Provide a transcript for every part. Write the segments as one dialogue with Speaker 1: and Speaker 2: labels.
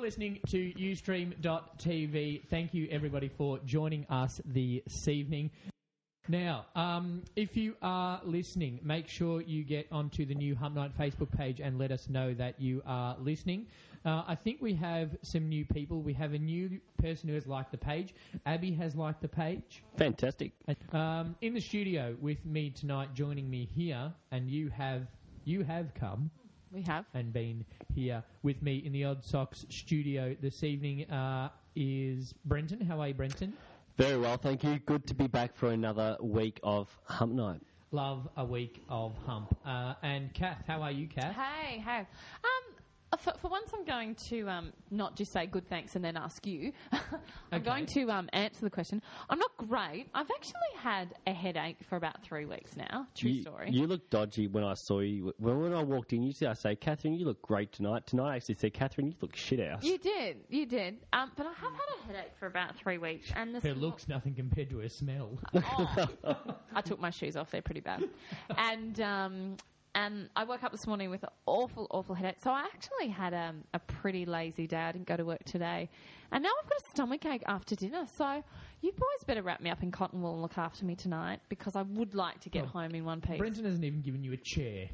Speaker 1: listening to Ustream.tv. Thank you, everybody, for joining us this evening. Now, um, if you are listening, make sure you get onto the new Hump Night Facebook page and let us know that you are listening. Uh, I think we have some new people. We have a new person who has liked the page. Abby has liked the page.
Speaker 2: Fantastic.
Speaker 1: Um, in the studio with me tonight, joining me here, and you have you have come
Speaker 3: We have.
Speaker 1: and been here with me in the Odd Socks studio this evening uh, is Brenton. How are you, Brenton?
Speaker 2: Very well, thank you. Good to be back for another week of Hump Night.
Speaker 1: Love a week of hump. Uh, and Kath, how are you, Kath?
Speaker 3: Hey, hey. Um, uh, for, for once, I'm going to um, not just say good thanks and then ask you. I'm
Speaker 1: Okay.
Speaker 3: going to um, answer the question. I'm not great. I've actually had a headache for about three weeks now. True
Speaker 2: you,
Speaker 3: story.
Speaker 2: You look dodgy when I saw you. When, when I walked in, usually I say, Catherine, you look great tonight. Tonight I actually said, Catherine, you look shit out.
Speaker 3: You did, you did. Um, but I have had a headache for about three weeks, and this
Speaker 1: Her looks nothing compared to her smell. Oh.
Speaker 3: I took my shoes off. They're pretty bad. And um, and I woke up this morning with an awful, awful headache. So I actually had um, a pretty lazy day. I didn't go to work today, and now I've got a stomach ache after dinner. So you boys better wrap me up in cotton wool and look after me tonight because I would like to get
Speaker 1: Oh.
Speaker 3: home in one piece.
Speaker 1: Brenton hasn't even given you a chair.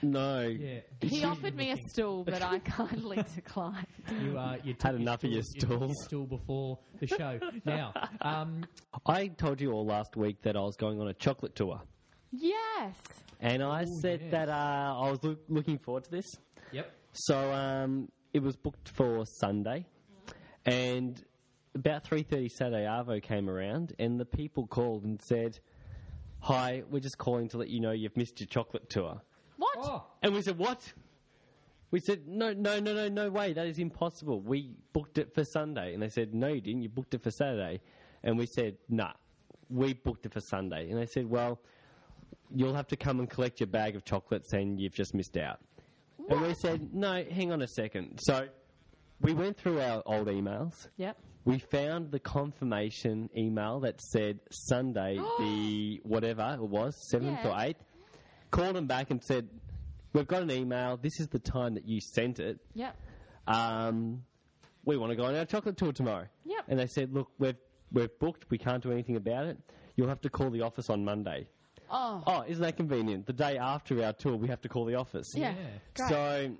Speaker 2: No.
Speaker 1: Yeah.
Speaker 3: he offered me a stool, but I kindly declined.
Speaker 1: You, uh, you took
Speaker 2: Had
Speaker 1: your
Speaker 2: enough of your
Speaker 1: stool- you took
Speaker 2: stools.
Speaker 1: stool before the show. now, um,
Speaker 2: I told you all last week that I was going on a chocolate tour.
Speaker 3: Yes.
Speaker 2: And I said
Speaker 1: yes.
Speaker 2: that uh, I was look, looking forward to this.
Speaker 1: yep.
Speaker 2: So um, it was booked for Sunday, and about three thirty Saturday, Arvo came around, and the people called and said, "Hi, we're just calling to let you know you've missed your chocolate tour."
Speaker 3: What?
Speaker 1: Oh,
Speaker 2: And we said, "What?" We said, "No, no, no, no, no way! That is impossible. We booked it for Sunday." And they said, "No, you didn't. You booked it for Saturday." And we said, "Nah, we booked it for Sunday." And they said, "Well." You'll have to come and collect your bag of chocolates, and you've just missed out. And we
Speaker 3: What?
Speaker 2: said, no, hang on a second. So we went through our old emails.
Speaker 3: Yep.
Speaker 2: We found the confirmation email that said Sunday, the whatever it was, 7th or
Speaker 3: Yeah.
Speaker 2: 8th. Called them back and said, we've got an email. This is the time that you sent it.
Speaker 3: Yep.
Speaker 2: Um, we want to go on our chocolate tour tomorrow.
Speaker 3: Yep.
Speaker 2: And they said, look, we've, we've booked. We can't do anything about it. You'll have to call the office on Monday.
Speaker 3: Oh.
Speaker 2: Oh, isn't that convenient? The day after our tour, we have to call the office.
Speaker 3: Yeah.
Speaker 1: yeah.
Speaker 3: Great.
Speaker 2: So,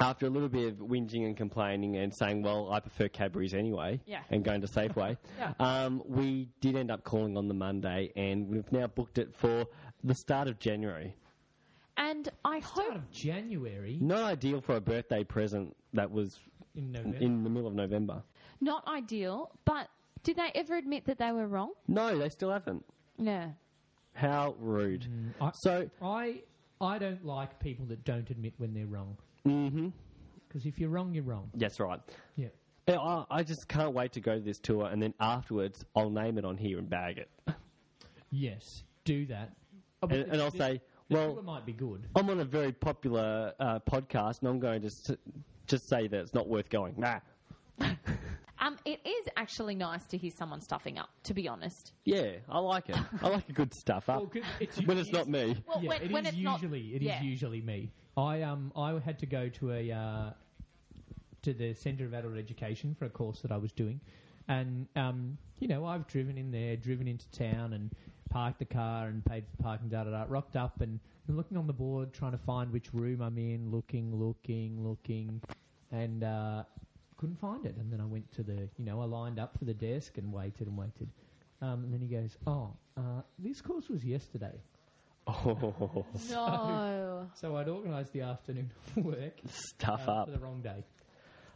Speaker 2: after a little bit of whinging and complaining and saying, well, I prefer Cadbury's anyway,
Speaker 3: Yeah.
Speaker 2: and going to Safeway,
Speaker 3: Yeah.
Speaker 2: um, we did end up calling on the Monday, and we've now booked it for the start of January.
Speaker 3: and I
Speaker 1: Start
Speaker 3: hope.
Speaker 1: of January
Speaker 2: Not ideal for a birthday present that was
Speaker 1: in November.
Speaker 2: in the middle of November.
Speaker 3: Not ideal, but did they ever admit that they were wrong?
Speaker 2: No, they still haven't.
Speaker 3: No.
Speaker 2: How rude.
Speaker 1: I,
Speaker 2: So,
Speaker 1: I I don't like people that don't admit when they're wrong. Mm-hmm. Because if you're wrong, you're wrong.
Speaker 2: that's right.
Speaker 1: Yeah.
Speaker 2: Yeah, I I just can't wait to go to this tour, and then afterwards, I'll name it on here and bag it.
Speaker 1: Yes. Do that. Oh, but
Speaker 2: And, and I'll
Speaker 1: the-
Speaker 2: say,
Speaker 1: the
Speaker 2: well, uh,
Speaker 1: tour might be good.
Speaker 2: I'm on a very popular uh, podcast, and I'm going to just, just say that it's not worth going. Nah.
Speaker 3: Um, it is actually nice to hear someone stuffing up, to be honest.
Speaker 2: Yeah, I like it. I like a good stuff up.
Speaker 1: Well, 'cause it's-
Speaker 2: when it's not me.
Speaker 3: Well,
Speaker 1: Yeah,
Speaker 3: when,
Speaker 1: it
Speaker 3: when
Speaker 1: is
Speaker 3: it's not,
Speaker 1: usually it is
Speaker 3: yeah.
Speaker 1: usually me. I um I had to go to a uh, to the Centre of Adult Education for a course that I was doing, and um you know I've driven in there, driven into town, and parked the car and paid for parking. Da da da. Rocked up and, and looking on the board, trying to find which room I'm in. Looking, looking, looking, and. Uh, couldn't find it, and then I went to the, you know, I lined up for the desk and waited and waited. Um, and then he goes, "Oh, uh, this course was yesterday."
Speaker 2: Oh,
Speaker 3: No.
Speaker 1: So I'd organised the afternoon work
Speaker 2: stuff
Speaker 1: uh,
Speaker 2: up.
Speaker 1: for the wrong day.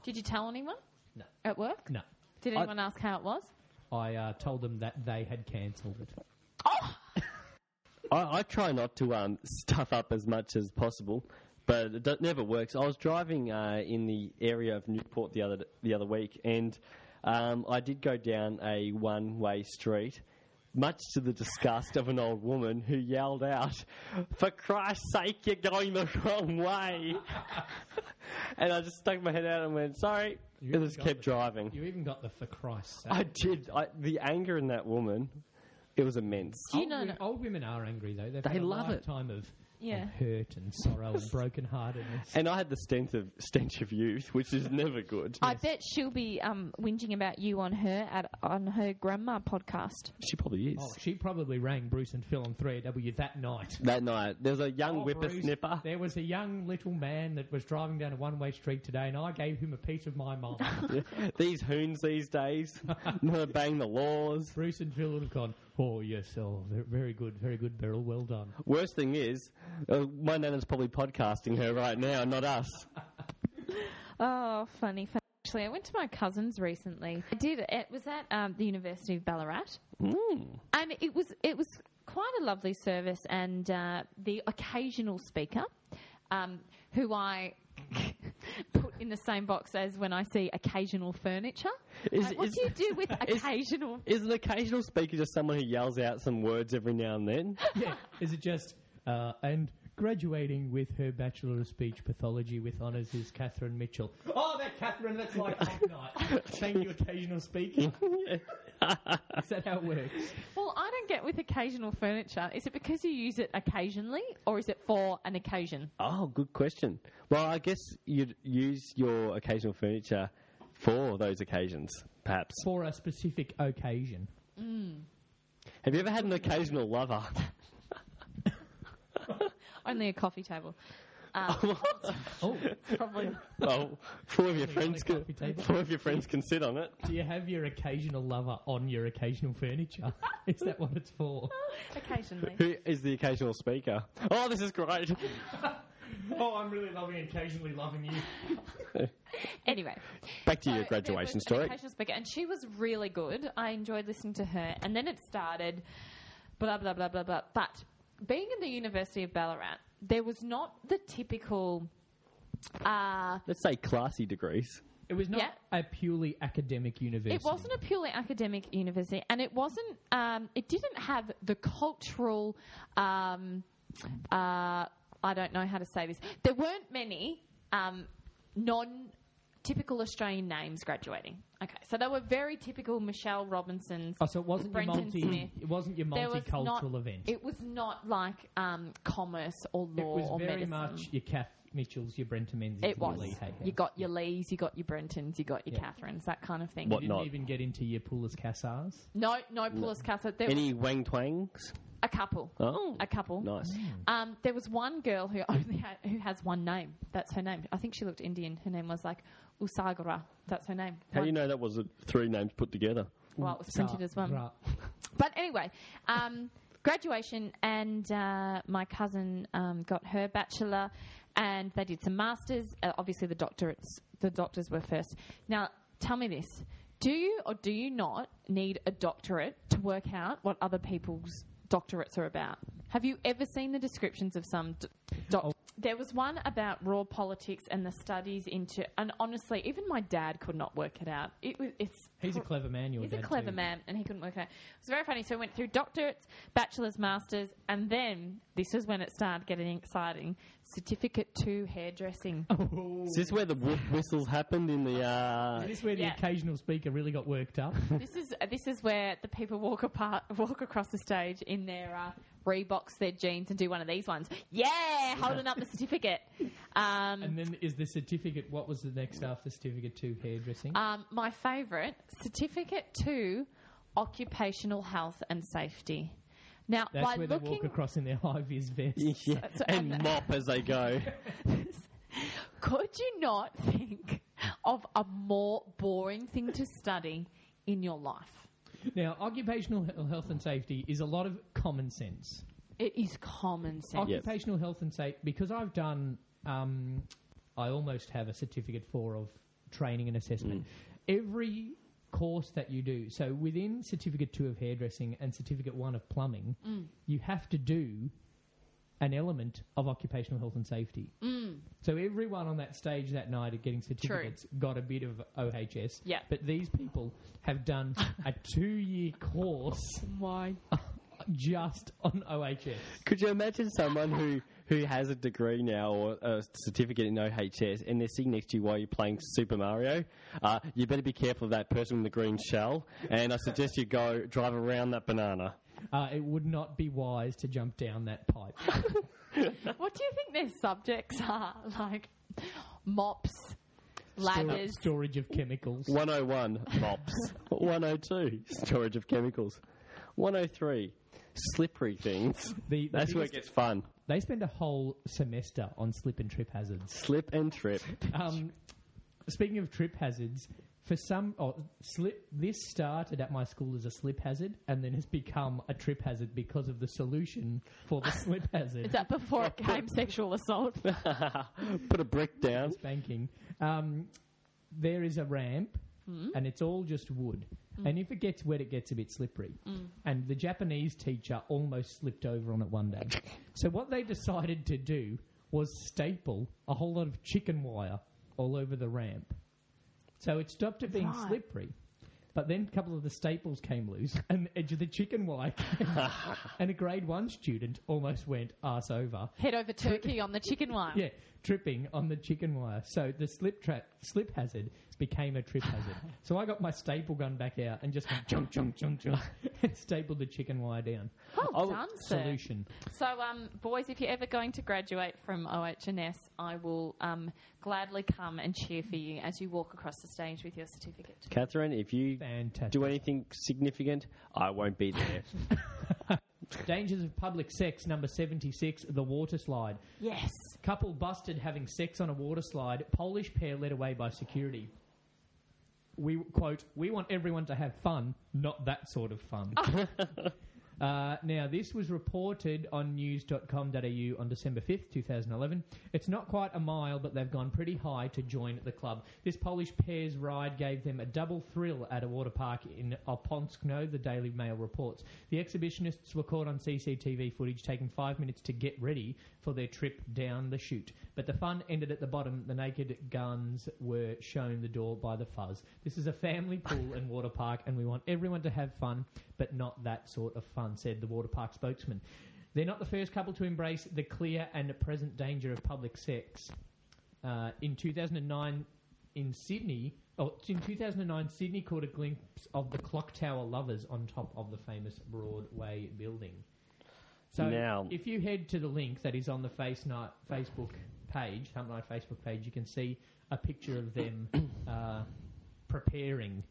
Speaker 3: Did you tell anyone?
Speaker 1: No.
Speaker 3: At work?
Speaker 1: No,
Speaker 3: Did
Speaker 2: I-
Speaker 3: anyone ask how it was?
Speaker 1: I uh, told them that they had cancelled it.
Speaker 2: I, I try not to um, stuff up as much as possible, but it do- never works. I was driving uh, in the area of Newport the other the other week, and um, I did go down a one way street, much to the disgust of an old woman who yelled out, "For Christ's sake, you're going the wrong way!" and I just stuck my head out and went, "Sorry,"
Speaker 1: You
Speaker 2: and just
Speaker 1: got
Speaker 2: kept
Speaker 1: the-
Speaker 2: driving.
Speaker 1: You even got the for Christ's sake.
Speaker 2: I did. I, the anger in that woman, it was immense.
Speaker 3: Do you
Speaker 1: Old
Speaker 3: know?
Speaker 1: wo- Old women are angry though. They've
Speaker 2: They
Speaker 1: had a
Speaker 2: love it.
Speaker 1: lifetime of
Speaker 3: Yeah.
Speaker 1: and hurt and sorrow and brokenheartedness.
Speaker 2: And I had the stench of stench of youth, which is never good.
Speaker 3: I bet she'll be um, whinging about you on her at, on her grandma podcast.
Speaker 2: She probably is.
Speaker 1: Oh, she probably rang Bruce and Phil on 3AW that night.
Speaker 2: That night, there was a young
Speaker 1: Oh, Bruce,
Speaker 2: whippersnapper.
Speaker 1: There was a young little man that was driving down a one way street today, and I gave him a piece of my mind.
Speaker 2: these hoons these days, wanna bang the laws.
Speaker 1: Bruce and Phil would have gone, Oh, yes, oh, ve- very good, very good, Beryl, well done.
Speaker 2: Worst thing is, uh, my nana's probably podcasting her right now, not us.
Speaker 3: Oh, funny, funny. Actually, I went to my cousin's recently. I did. It was at um, the University of Ballarat,
Speaker 2: Hmm.
Speaker 3: and it was it was quite a lovely service. And uh, the occasional speaker, um, who I put in the same box as when I see occasional furniture.
Speaker 2: Is-
Speaker 3: Like, what
Speaker 2: is-
Speaker 3: do you do with occasional?
Speaker 2: Is an occasional speaker just someone who yells out some words every now and then?
Speaker 1: Yeah, is it just, uh, and graduating with her Bachelor of Speech Pathology with honours is Catherine Mitchell. Oh, that Catherine, that's like hot night. Thank you, occasional speaker. is that how it works?
Speaker 3: Well, I don't get with occasional furniture. Is it because you use it occasionally, or is it for an occasion?
Speaker 2: Oh, good question. Well, I guess you'd use your occasional furniture for those occasions, perhaps.
Speaker 1: For a specific occasion.
Speaker 2: Have you ever had an occasional lover?
Speaker 3: Only a coffee table. Um,
Speaker 1: Oh,
Speaker 3: probably.
Speaker 2: well, four of your friends
Speaker 1: the
Speaker 2: can
Speaker 1: coffee table.
Speaker 2: four of your friends can sit on it.
Speaker 1: do you have your occasional lover on your occasional furniture? is that what it's for?
Speaker 3: Occasionally.
Speaker 2: Who is the occasional speaker? Oh, this is great.
Speaker 1: Oh, I'm really loving occasionally loving you.
Speaker 3: Anyway.
Speaker 2: Back to
Speaker 3: so
Speaker 2: your
Speaker 3: there was
Speaker 2: graduation
Speaker 3: an
Speaker 2: story.
Speaker 3: occasional speaker, and she was really good. I enjoyed listening to her. And then it started blah, blah, blah, blah, blah. But being in the University of Ballarat, there was not the typical. Uh,
Speaker 2: Let's say classy degrees.
Speaker 1: It was not
Speaker 3: Yeah.
Speaker 1: a purely academic university.
Speaker 3: it wasn't a purely academic university, and it wasn't. Um, it didn't have the cultural. Um, uh, I don't know how to say this. There weren't many um, non. Typical Australian names graduating. Okay, so they were very typical Michelle Robinsons.
Speaker 1: Oh, so it wasn't your
Speaker 3: Brenton
Speaker 1: multi.
Speaker 3: Smith.
Speaker 1: It wasn't your
Speaker 3: There was
Speaker 1: multicultural
Speaker 3: not-
Speaker 1: event.
Speaker 3: It was not like um, commerce or law
Speaker 1: It was
Speaker 3: or
Speaker 1: very
Speaker 3: medicine.
Speaker 1: much your Kath Mitchells, your Brenta Menzies,
Speaker 3: it
Speaker 1: your
Speaker 3: was.
Speaker 1: Lee Hay.
Speaker 3: You got your Lees, you got your Brentons, you got your
Speaker 1: Yeah.
Speaker 3: Catherines, that kind of thing.
Speaker 2: What
Speaker 1: didn't
Speaker 2: not?
Speaker 1: even get into your Poulos Cassars.
Speaker 3: No, no, Paulus Casa. There was
Speaker 2: Any wang twangs?
Speaker 3: a couple.
Speaker 2: Oh,
Speaker 3: A couple.
Speaker 2: nice.
Speaker 3: Um, there was one girl who only had, who has one name. That's her name. I think she looked Indian. Her name was like Usagara. That's her name.
Speaker 2: How do you
Speaker 3: One-
Speaker 2: know that was uh, three names put together?
Speaker 3: Well, it was printed as one.
Speaker 1: Right.
Speaker 3: But anyway, um, graduation, and uh, my cousin um, got her bachelor, and they did some masters. Uh, obviously, the doctorates, the doctors were first. Now, tell me this: Do you or do you not need a doctorate to work out what other people's doctorates are about? Have you ever seen the descriptions of some d-
Speaker 1: Oh.
Speaker 3: doc- There was one about raw politics and the studies into, and honestly, even my dad could not work it out. It was, it's
Speaker 1: He's a clever man, your
Speaker 3: He's
Speaker 1: dad.
Speaker 3: a clever
Speaker 1: too.
Speaker 3: man, and he couldn't work it out. It was very funny. So we went through doctorates, bachelor's, master's, and then this is when it started getting exciting. Certificate two hairdressing.
Speaker 1: Oh.
Speaker 2: Is this where the whoop whistles happened in the?
Speaker 1: Is
Speaker 2: Uh...
Speaker 1: this where the
Speaker 3: Yeah.
Speaker 1: occasional speaker really got worked up?
Speaker 3: this is this is where the people walk apart, walk across the stage in their uh, Reeboks, their jeans, and do one of these ones. Yeah, holding up the certificate. Um,
Speaker 1: and then is the certificate, what was the next after certificate two hairdressing?
Speaker 3: um, my favourite certificate two, occupational health and safety. Now,
Speaker 1: That's
Speaker 3: by
Speaker 1: where they
Speaker 3: looking
Speaker 1: walk across in their high vis vests.
Speaker 2: Yeah, and mop as they go.
Speaker 3: Could you not think of a more boring thing to study in your life?
Speaker 1: now, occupational he- health and safety is a lot of common sense.
Speaker 3: It is common sense.
Speaker 2: Yes.
Speaker 1: Occupational health and safety, because I've done, um, I almost have a certificate for of training and assessment. Every course that you do, so within certificate two of hairdressing and certificate one of plumbing, you have to do an element of occupational health and safety. So everyone on that stage that night at getting certificates got a bit of OHS.
Speaker 3: Yeah.
Speaker 1: But these people have done a two-year course
Speaker 3: My
Speaker 1: just on OHS.
Speaker 2: Could you imagine someone who who has a degree now or a certificate in OHS and they're sitting next to you while you're playing Super Mario? Uh, you better be careful of that person with the green shell, and I suggest you go drive around that banana.
Speaker 1: uh, it would not be wise to jump down that pipe.
Speaker 3: What do you think their subjects are? Like mops, ladders.
Speaker 1: Storage of chemicals.
Speaker 2: 101, mops. 102, storage of chemicals. 103, slippery things.
Speaker 1: The- the
Speaker 2: That's where it
Speaker 1: biggest-
Speaker 2: gets fun.
Speaker 1: They spend a whole semester on slip and trip hazards.
Speaker 2: Slip and trip.
Speaker 1: Um, speaking of trip hazards, for some, oh, slip. This started at my school as a slip hazard, and then has become a trip hazard because of the solution for the slip hazard.
Speaker 3: Is that before it came sexual assault?
Speaker 2: Put a brick down.
Speaker 1: spanking. Um, there is a ramp, and it's all just wood. And if it gets wet, it gets a bit slippery. And the Japanese teacher almost slipped over on it one day. so what they decided to do was staple a whole lot of chicken wire all over the ramp. So it stopped it being
Speaker 3: Right.
Speaker 1: slippery. But then a couple of the staples came loose, and the edge of the chicken wire, came out. and a grade one student almost went arse over
Speaker 3: Head over turkey on the chicken wire.
Speaker 1: yeah, tripping on the chicken wire. So the slip trap, slip hazard became a trip hazard. so I got my staple gun back out and just went chunk, chunk, chunk, chunk, and stapled the chicken wire down.
Speaker 3: Well
Speaker 2: Oh,
Speaker 3: done, sir.
Speaker 1: Solution.
Speaker 3: So, um, boys, if you're ever going to graduate from OHS, I will um, gladly come and cheer for you as you walk across the stage with your certificate.
Speaker 2: Catherine, if you
Speaker 1: Fantastic.
Speaker 2: do anything significant, I won't be there.
Speaker 1: Dangers of public sex, number 76, the water slide.
Speaker 3: Yes.
Speaker 1: Couple busted having sex on a water slide. Polish pair led away by security. We quote, we want everyone to have fun, not that sort of fun. uh, now, this was reported on news.com.au on December 5th, 2011. It's not quite a mile, but they've gone pretty high to join the club. This Polish pair's ride gave them a double thrill at a water park in Oponskno, the Daily Mail reports. The exhibitionists were caught on CCTV footage taking five minutes to get ready for their trip down the chute. But the fun ended at the bottom. The naked guns were shown the door by the fuzz. This is a family pool and water park, and we want everyone to have fun, but not that sort of fun, said the water park spokesman. They're not the first couple to embrace the clear and present danger of public sex. Uh, in 2009, in Sydney, oh, in 2009, Sydney caught a glimpse of the clock tower lovers on top of the famous Broadway building. So,
Speaker 2: Now-
Speaker 1: if you head to the link that is on the Face Night Facebook page, Hump Night Facebook page, you can see a picture of them uh, preparing,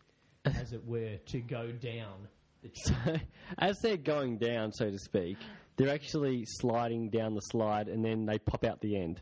Speaker 1: as it were, to go down. The tube.
Speaker 2: As they're going down, so to speak, they're actually sliding down the slide and then they pop out the end.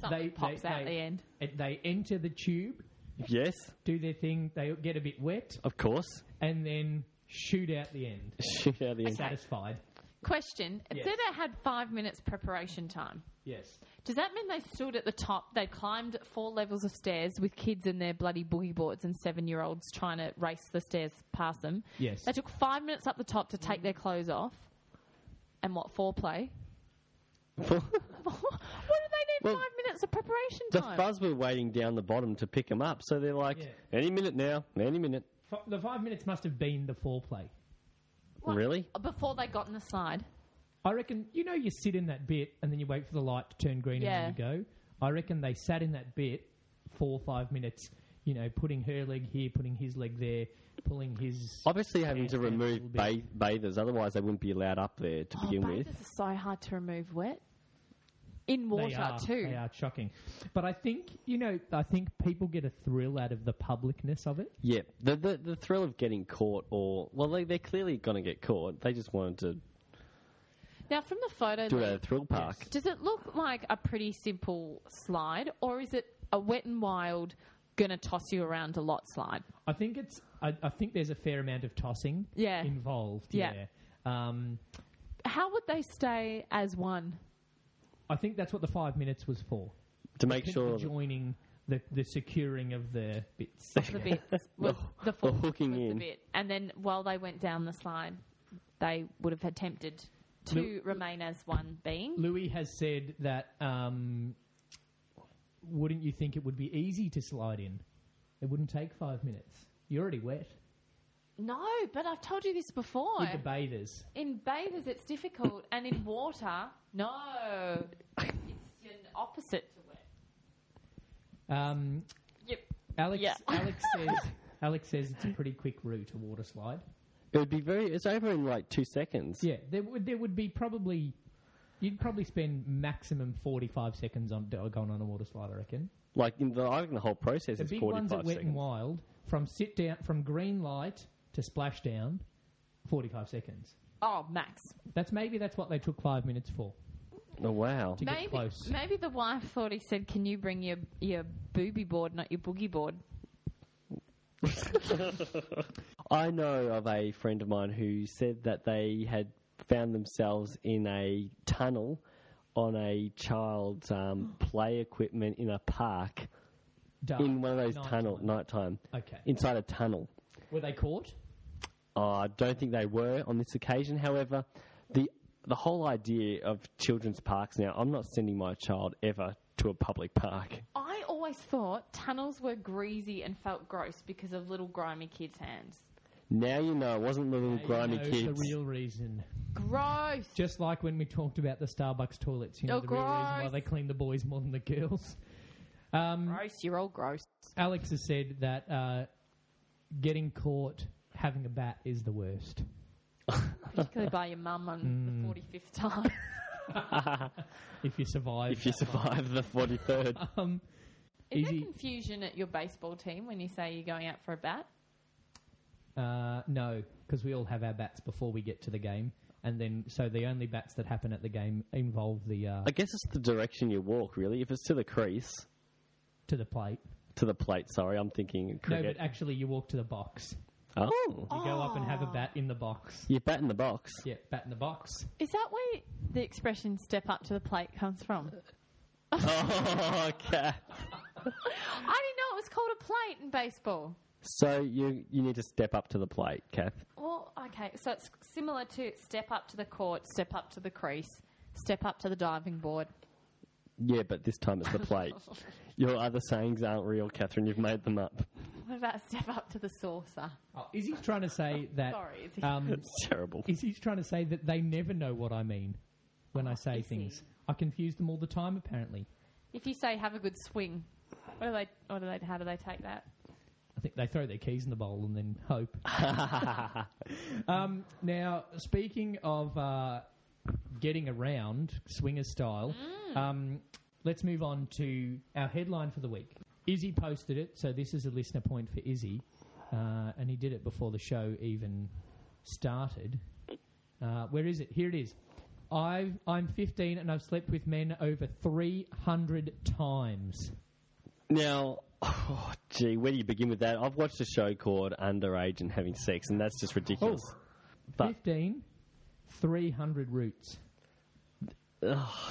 Speaker 3: Something
Speaker 1: They-
Speaker 3: pops
Speaker 1: they-
Speaker 3: out
Speaker 1: they-
Speaker 3: the end.
Speaker 1: And they enter the tube,
Speaker 2: Yes,
Speaker 1: do their thing, they get a bit wet,
Speaker 2: of course.
Speaker 1: and then shoot out the end.
Speaker 2: Shoot out the end.
Speaker 1: Satisfied.
Speaker 3: Question. It
Speaker 1: Yes.
Speaker 3: said it had five minutes preparation time.
Speaker 1: Yes.
Speaker 3: Does that mean they stood at the top? They climbed four levels of stairs with kids in their bloody boogie boards and seven year olds trying to race the stairs past them.
Speaker 1: Yes.
Speaker 3: They took five minutes up the top to take their clothes off. And what, foreplay? what do they need
Speaker 2: Well,
Speaker 3: five minutes of preparation
Speaker 2: The
Speaker 3: time?
Speaker 2: fuzz were waiting down the bottom to pick them up, so they're like,
Speaker 1: Yeah.
Speaker 2: any minute now, any minute.
Speaker 1: F- The five minutes must have been the foreplay.
Speaker 3: What?
Speaker 2: Really?
Speaker 3: Before they got in the slide.
Speaker 1: I reckon, you know, you sit in that bit and then you wait for the light to turn green and then you go. I reckon they sat in that bit four or five minutes, you know, putting her leg here, putting his leg there, pulling his.
Speaker 2: Obviously, having
Speaker 1: Yeah,
Speaker 2: to
Speaker 1: yeah, a
Speaker 2: remove
Speaker 1: little Oh,
Speaker 2: bath- bathers, otherwise they wouldn't be allowed up there to begin with.
Speaker 3: This Oh, is so hard to remove wet. In water,
Speaker 1: they are,
Speaker 3: too.
Speaker 1: They are shocking. But I think, you know, I think people get a thrill out of the publicness of it.
Speaker 2: Yeah, the, the the thrill of getting caught, or well, they they're clearly going to get caught. They just wanted to
Speaker 3: Now, from the photo,
Speaker 2: do it at
Speaker 3: Lee,
Speaker 2: a thrill park.
Speaker 3: does it look like a pretty simple slide, or is it a wet and wild, gonna toss you around a lot slide?
Speaker 1: I think it's. I, I think there's a fair amount of tossing
Speaker 3: Yeah.
Speaker 1: involved.
Speaker 3: Yeah.
Speaker 1: yeah. Um,
Speaker 3: How would they stay as one?
Speaker 1: I think that's what the five minutes was for.
Speaker 2: to make
Speaker 1: People
Speaker 2: sure that
Speaker 1: joining the, the securing of the bits.
Speaker 3: The bits was the fourth
Speaker 2: hooking
Speaker 3: was
Speaker 2: in.
Speaker 3: the bit, and then while they went down the slide, they would have attempted to
Speaker 1: Lu-
Speaker 3: remain as one being.
Speaker 1: Louis has said that. Um, wouldn't you think it would be easy to slide in? It wouldn't take five minutes. You're already wet
Speaker 3: No, but I've told you this before.
Speaker 1: with the bathers.
Speaker 3: In bathers, it's difficult, and in water, no, it's an opposite to wet.
Speaker 1: Um,
Speaker 3: Yep.
Speaker 1: Alex,
Speaker 3: Yeah.
Speaker 1: Alex says. Alex says it's a pretty quick route to water slide.
Speaker 2: It would be very. It's over in like two seconds.
Speaker 1: Yeah, there would there would be probably you'd probably spend maximum forty five seconds on going on a water slide. I reckon
Speaker 2: Like in the, I reckon the whole process
Speaker 1: the
Speaker 2: is
Speaker 1: big
Speaker 2: forty
Speaker 1: ones
Speaker 2: five
Speaker 1: at Wet and
Speaker 2: seconds.
Speaker 1: Wild from sit down from green light to splash down, forty five seconds.
Speaker 3: Oh, Max.
Speaker 1: That's maybe that's what they took five minutes for.
Speaker 2: Oh wow!
Speaker 1: To- get
Speaker 3: Maybe
Speaker 1: close.
Speaker 3: maybe the wife thought he said, "Can you bring your your booby board, not your boogie board?"
Speaker 2: I know of a friend of mine who said that they had found themselves in a tunnel on a child's um, play equipment in a park
Speaker 1: Dark.
Speaker 2: in one of those
Speaker 1: nighttime.
Speaker 2: tunnel nighttime
Speaker 1: Okay.
Speaker 2: inside a tunnel. Uh,
Speaker 1: Were they caught?
Speaker 2: I don't think they were on this occasion. However, the the whole idea of children's parks now, I'm not sending my child ever to a public park.
Speaker 3: I always thought tunnels were greasy and felt gross because of little grimy kids' hands.
Speaker 2: Now you know it wasn't the little
Speaker 1: They
Speaker 2: grimy
Speaker 1: know
Speaker 2: kids.
Speaker 1: The real reason.
Speaker 3: Gross.
Speaker 1: Just like when we talked about the Starbucks toilets, you know,
Speaker 3: Oh,
Speaker 1: the real reason why
Speaker 3: gross.
Speaker 1: they clean the boys more than the girls. Um,
Speaker 3: Gross. You're all gross.
Speaker 1: Alex has said that uh, getting caught having a bat is the worst.
Speaker 3: Particularly by your mum on
Speaker 1: Mm.
Speaker 3: the forty fifth time.
Speaker 1: If you survive,
Speaker 2: if you survive the 43rd,
Speaker 1: um,
Speaker 3: Is
Speaker 1: Easy.
Speaker 3: there confusion at your baseball team when you say you're going out for a bat?
Speaker 1: uh, no, because we all have our bats before we get to the game, and then so the only bats that happen at the game involve the uh,
Speaker 2: I guess it's the direction you walk, really. If it's to the crease,
Speaker 1: to the plate.
Speaker 2: to the plate, sorry, I'm thinking
Speaker 1: No,
Speaker 2: cricket.
Speaker 1: but actually, you walk to the box.
Speaker 2: oh.
Speaker 1: You go up and have a
Speaker 3: Ah.
Speaker 1: bat in the box.
Speaker 2: You bat in the box.
Speaker 1: Yeah, bat in the box.
Speaker 3: Is that where the expression "step up to the plate" comes from?
Speaker 2: oh, okay.
Speaker 3: I didn't know it was called a plate in baseball.
Speaker 2: So you you need to step up to the plate, Kath.
Speaker 3: Well, okay, so it's similar to step up to the court, step up to the crease, step up to the diving board.
Speaker 2: Yeah, but this time it's the plate. Your other sayings aren't real, Catherine. You've made them up.
Speaker 3: What about step up to the saucer?
Speaker 1: Oh, Izzy's trying to say that.
Speaker 3: Sorry, Izzy.
Speaker 1: Um,
Speaker 2: It's terrible.
Speaker 1: Izzy's trying to say that they never know what I mean when I say
Speaker 3: Izzy.
Speaker 1: things. I confuse them all the time, apparently.
Speaker 3: If you say have a good swing, what do they? What do they? How do they take that?
Speaker 1: I think they throw their keys in the bowl and then hope. um, now, speaking of uh, getting around swinger style, um, let's move on to our headline for the week. Izzy posted it, so this is a listener point for Izzy, uh, and he did it before the show even started. Uh, where is it? Here it is. I've, I'm 15 and I've slept with men over 300 times.
Speaker 2: Now, oh, gee, where do you begin with that? I've watched a show called Underage and Having Sex, and that's just ridiculous. But-
Speaker 1: 15, 300 roots.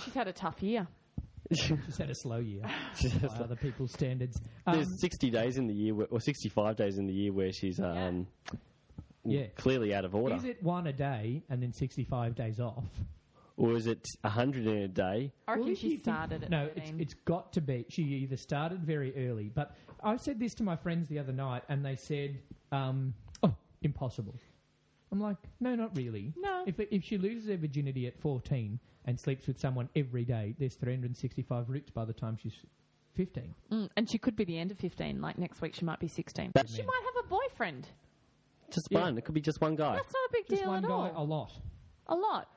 Speaker 3: She's had a tough year.
Speaker 1: She's had a slow year by other people's standards. Um,
Speaker 2: There's 60 days in the year, where, or 65 days in the year, where she's um,
Speaker 1: yeah.
Speaker 2: clearly out of order.
Speaker 1: Is it one a day and then 65 days off?
Speaker 2: or is it 100 in a day?
Speaker 3: I reckon
Speaker 1: Well, if you
Speaker 3: she
Speaker 1: think-
Speaker 3: started at
Speaker 1: No, it's,
Speaker 3: 13.
Speaker 1: it's got to be. She either started very early, but I said this to my friends the other night and they said, um, oh, impossible. I'm like, no, not really.
Speaker 3: No.
Speaker 1: If, if she loses her virginity at 14 and sleeps with someone every day, there's 365 roots by the time she's 15.
Speaker 3: Mm, and she could be the end of 15. Like next week, she might be 16.
Speaker 2: That-
Speaker 3: she might have a boyfriend.
Speaker 2: Just
Speaker 1: Yeah.
Speaker 2: one. It could be just one guy.
Speaker 3: That's not a big
Speaker 1: Just
Speaker 3: deal
Speaker 1: one
Speaker 3: at
Speaker 1: guy, a
Speaker 3: all.
Speaker 1: lot.
Speaker 3: A lot.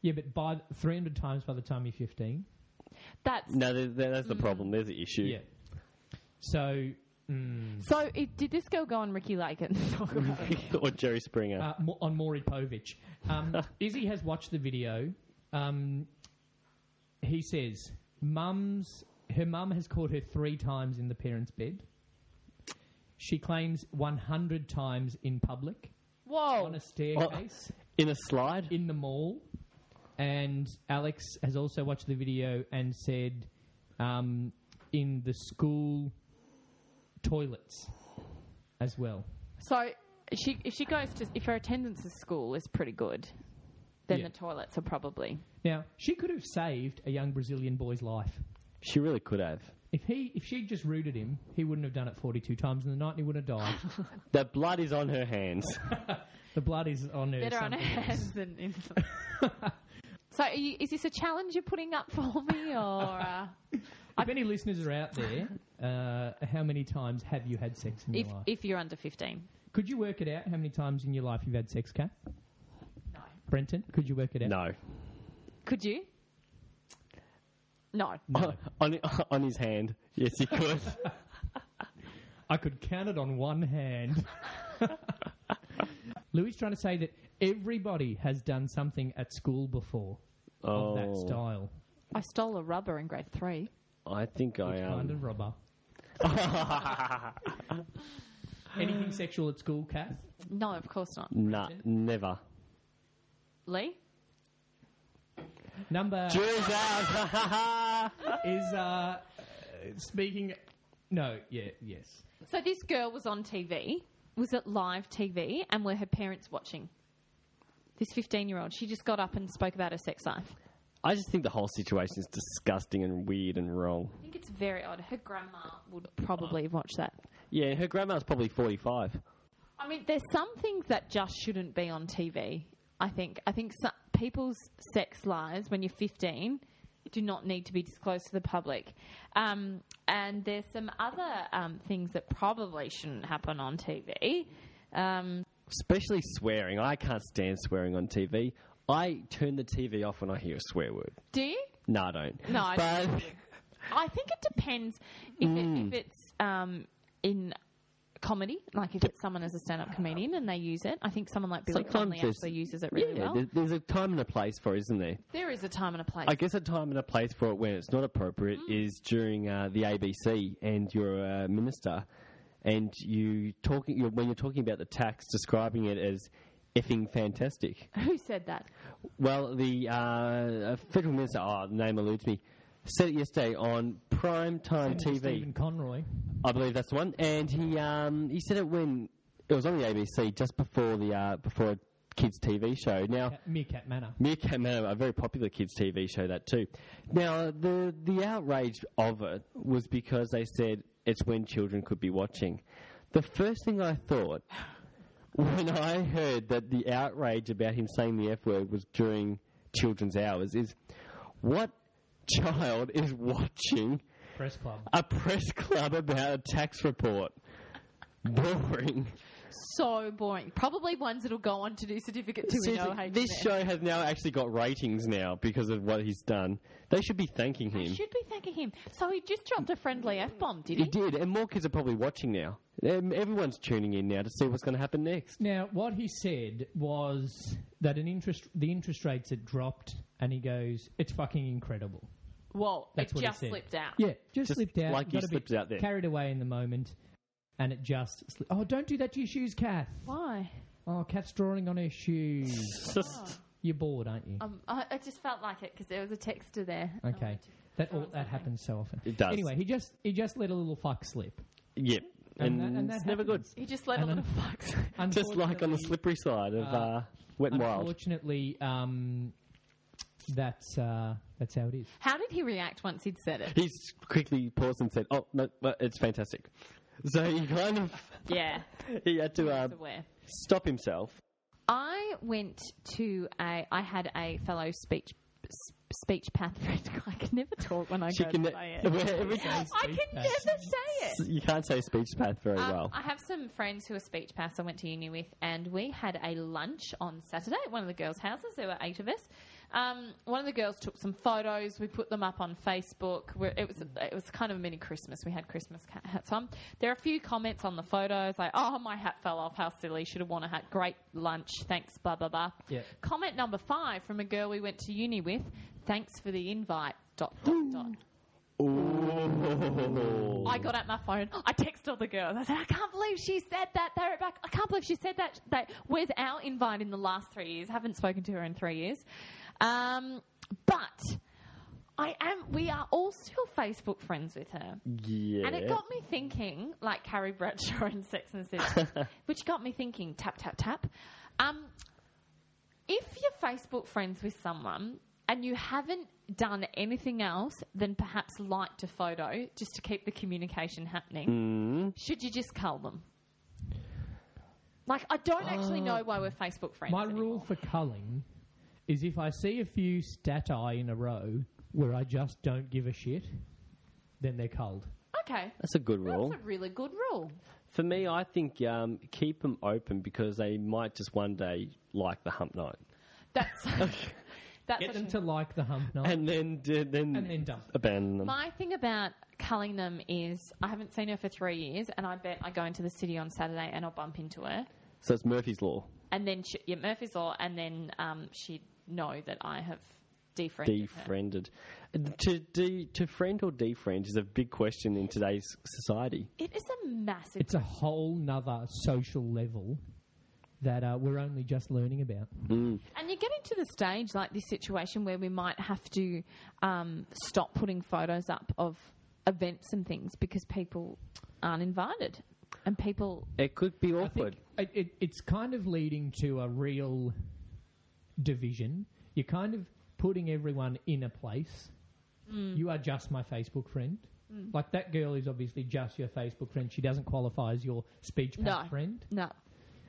Speaker 1: Yeah, but by 300 times by the time you're 15.
Speaker 3: That's
Speaker 2: No, th- th- that's the
Speaker 1: Mm.
Speaker 2: problem. There's the issue.
Speaker 1: Yeah. So, mm,
Speaker 3: so. It, did this girl go on Ricky Lake and talk about it?
Speaker 2: or Jerry Springer.
Speaker 1: uh, Mo- on Maury Povich, um, Izzy has watched the video. Um, he says, "Mum's her mum has caught her three times in the parents' bed. She claims 100 times in public,
Speaker 3: Whoa!
Speaker 1: on a staircase,
Speaker 2: in a slide?
Speaker 1: in the mall." And Alex has also watched the video and said, um, "In the school toilets, as well."
Speaker 3: So she, if she goes to, if her attendance at school is pretty good, then
Speaker 1: Yeah.
Speaker 3: the toilets are probably.
Speaker 1: Now, she could have saved a young Brazilian boy's life.
Speaker 2: She really could have.
Speaker 1: If he, if she'd just rooted him, he wouldn't have done it 42 times in the night and he wouldn't have died.
Speaker 2: The blood is on her hands.
Speaker 1: the blood is on her.
Speaker 3: Better on her
Speaker 1: something else.
Speaker 3: hands than in. so are you, is this a challenge you're putting up for me, or uh,
Speaker 1: If any listeners are out there, uh, how many times have you had sex in
Speaker 3: if
Speaker 1: your life?
Speaker 3: if you're under fifteen?
Speaker 1: Could you work it out how many times in your life you've had sex, Kat?
Speaker 3: No.
Speaker 1: Brenton, could you work it out?
Speaker 2: No.
Speaker 3: Could you? No.
Speaker 2: on, on his hand. Yes, he could.
Speaker 1: I could count it on one hand. Louis trying to say that everybody has done something at school before of that
Speaker 2: oh,
Speaker 1: style.
Speaker 3: I stole a rubber in grade three.
Speaker 2: I think I um, am.
Speaker 1: Kind of robber. Anything sexual at school, Kat?
Speaker 3: No, of course not.
Speaker 2: Nah, never.
Speaker 3: Lee?
Speaker 1: Number
Speaker 2: Jury's out.
Speaker 1: is uh, speaking. No, yeah, yes.
Speaker 3: So this girl was on TV. Was it live TV? And were her parents watching? This 15 year old. She just got up and spoke about her sex life.
Speaker 2: I just think the whole situation is disgusting and weird and wrong.
Speaker 3: I think it's very odd. Her grandma would probably watch that.
Speaker 2: Yeah, her grandma's probably 45.
Speaker 3: I mean, there's some things that just shouldn't be on TV. I think. I think so people's sex lives when you're 15 do not need to be disclosed to the public. Um, and there's some other um, things that probably shouldn't happen on TV. Um,
Speaker 2: Especially swearing. I can't stand swearing on TV. I turn the TV off when I hear a swear word.
Speaker 3: do you?
Speaker 2: No, I don't.
Speaker 3: No, I
Speaker 2: but
Speaker 3: I think it depends if,
Speaker 2: Hmm.
Speaker 3: it, if it's um, in comedy, like if it's someone as a stand-up comedian and they use it. I think someone like Billy
Speaker 2: Sometimes
Speaker 3: Connolly
Speaker 2: there's-
Speaker 3: actually uses it
Speaker 2: yeah,
Speaker 3: really well.
Speaker 2: there- there's a time and a place for it, isn't there?
Speaker 3: There is a time and a place.
Speaker 2: I guess a time and a place for it when it's not appropriate
Speaker 3: Mm.
Speaker 2: is during uh, the ABC and you're a minister and you talking you're, when you're talking about the tax, describing it as effing fantastic.
Speaker 3: Who said that?
Speaker 2: Well, the uh, uh, federal minister, oh, the name eludes me, said it yesterday on prime time
Speaker 1: Senator
Speaker 2: TV.
Speaker 1: Stephen Conroy.
Speaker 2: I believe that's the one. And he um, he said it when it was on the ABC just before the uh, before a kids TV show. Now.
Speaker 1: Cat- Meerkat Manor.
Speaker 2: Meerkat Manor, uh, a very popular kids' TV show, that too. Now, the the outrage of it was because they said it's when children could be watching. The first thing I thought when I heard that the outrage about him saying the F word was during children's hours is what child is watching
Speaker 1: Press Club.
Speaker 2: a press club about a tax report? Boring.
Speaker 3: So boring. Probably ones that'll go on to do certificate two in
Speaker 2: Seriously,
Speaker 3: OHS.
Speaker 2: this show has now actually got ratings now because of what he's done. They should be thanking
Speaker 3: I
Speaker 2: him.
Speaker 3: should be thanking him. So he just dropped a friendly F bomb, did
Speaker 2: He
Speaker 3: he?
Speaker 2: did, and more kids are probably watching now. Um, everyone's tuning in now to see what's going to happen next.
Speaker 1: Now, what he said was that an interest, the interest rates had dropped, and he goes, "It's fucking incredible."
Speaker 3: Well,
Speaker 1: That's
Speaker 3: it
Speaker 1: what he
Speaker 3: just
Speaker 1: said.
Speaker 3: slipped out.
Speaker 1: Yeah, just,
Speaker 2: Just
Speaker 1: slipped out.
Speaker 2: like you
Speaker 1: got a bit
Speaker 2: slipped out there.
Speaker 1: Carried away in the moment, and it just. Sli- oh, don't do that to your shoes, Kath.
Speaker 3: Why?
Speaker 1: Oh, Kath's drawing on her shoes. You're bored, aren't you?
Speaker 3: Um, I, I just felt like it because there was a texter there. Oh,
Speaker 1: okay, that all, that happens so often.
Speaker 2: It does.
Speaker 1: Anyway, he just he just let a little fuck slip,
Speaker 2: Yep.
Speaker 1: and,
Speaker 2: And,
Speaker 1: that, and that
Speaker 2: it's never good.
Speaker 1: happens.
Speaker 3: He just let
Speaker 1: And
Speaker 3: a
Speaker 1: then-
Speaker 3: little fuck.
Speaker 2: Just like on the
Speaker 1: Unfortunately-
Speaker 2: slippery side of uh, Wet and Wild.
Speaker 1: Unfortunately, um, that's uh, that's how it is.
Speaker 3: How did he react once he'd said it?
Speaker 2: He's quickly paused and said, Oh, no, well, it's fantastic. So he kind of
Speaker 3: Yeah,
Speaker 2: he had to uh,
Speaker 3: he's aware.
Speaker 2: stop himself.
Speaker 3: I went to a. I had a fellow speech s- speech path. I can never talk when I
Speaker 2: She
Speaker 3: go
Speaker 2: can,
Speaker 3: to say it.
Speaker 2: every time,
Speaker 3: I can
Speaker 1: Speech
Speaker 3: never
Speaker 1: path.
Speaker 3: say it.
Speaker 2: you can't say speech path very
Speaker 3: Um,
Speaker 2: well.
Speaker 3: I have some friends who are speech paths I went to uni with, and we had a lunch on Saturday at one of the girls' houses. There were eight of us. Um, one of the girls took some photos. We put them up on Facebook. We're, it was it was kind of a mini Christmas. We had Christmas ca- hats on. There are a few comments on the photos like, "Oh, my hat fell off. How silly! Should have worn a hat. Great lunch. Thanks. Blah blah blah."
Speaker 1: Yeah.
Speaker 3: Comment number five from a girl we went to uni with. Thanks for the invite. Dot dot dot.
Speaker 2: Ooh.
Speaker 3: I got out my phone. I texted all the girls. I said, I can't believe she said that. They wrote back. I can't believe she said that. They, where's our invite in the last three years? Haven't spoken to her in three years. Um, but I am. We are all still Facebook friends with her.
Speaker 2: yeah.
Speaker 3: And it got me thinking, like Carrie Bradshaw in Sex and the City, which got me thinking, tap, tap, tap. Um, if you're Facebook friends with someone and you haven't done anything else than perhaps liked a photo just to keep the communication happening, should you just cull them? Like, I don't actually know why we're Facebook friends.
Speaker 1: My
Speaker 3: anymore.
Speaker 1: rule for culling is if I see a few stati in a row where I just don't give a shit, then they're culled.
Speaker 3: Okay.
Speaker 2: That's a good rule.
Speaker 3: That's a really good rule.
Speaker 2: For me, I think um, keep them open because they might just one day like the hump night,
Speaker 3: That's that's
Speaker 1: Get them
Speaker 3: actually-
Speaker 1: to like the hump night
Speaker 2: and then d- then,
Speaker 1: and then dump.
Speaker 2: abandon them.
Speaker 3: My thing about culling them is I haven't seen her for three years, and I bet I go into the city on Saturday and I'll bump into her,
Speaker 2: so it's Murphy's law.
Speaker 3: and then she, yeah, Murphy's Law, and then um, she'd know that I have defriended her.
Speaker 2: Defriended. Uh, To de- to friend or defriend is a big question in today's society.
Speaker 3: It is a massive.
Speaker 1: It's a whole nother social level that uh, we're only just learning about.
Speaker 3: And you're getting to the stage like this situation where we might have to um, stop putting photos up of events and things because people aren't invited, and people
Speaker 2: It could be
Speaker 1: I think
Speaker 2: awkward.
Speaker 1: it, it, it's kind of leading to a real division. You're kind of putting everyone in a place. You are just my Facebook friend. Like that girl is obviously just your Facebook friend. She doesn't qualify as your speech path
Speaker 3: No.
Speaker 1: friend.
Speaker 3: no.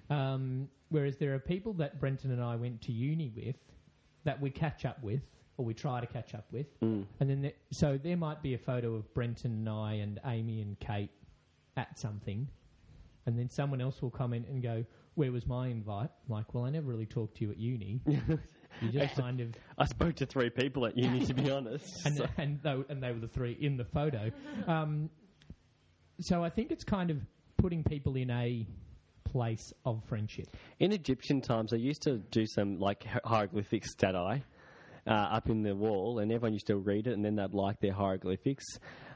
Speaker 1: Um, whereas there are people that Brenton and I went to uni with that we catch up with, or we try to catch up with,
Speaker 2: Mm.
Speaker 1: and then there, so there might be a photo of Brenton and I and Amy and Kate at something, and then someone else will comment and go, "Where was my invite?" I'm like, well, I never really talked to you at uni. you just kind of
Speaker 2: I spoke to three people at uni, to be honest.
Speaker 1: and
Speaker 2: So-
Speaker 1: and, they, and they were the three in the photo. Um, so I think it's kind of putting people in a place of friendship.
Speaker 2: In Egyptian times, they used to do some like hi- hieroglyphic statae uh, up in the wall, and everyone used to read it, and then they'd like their hieroglyphics.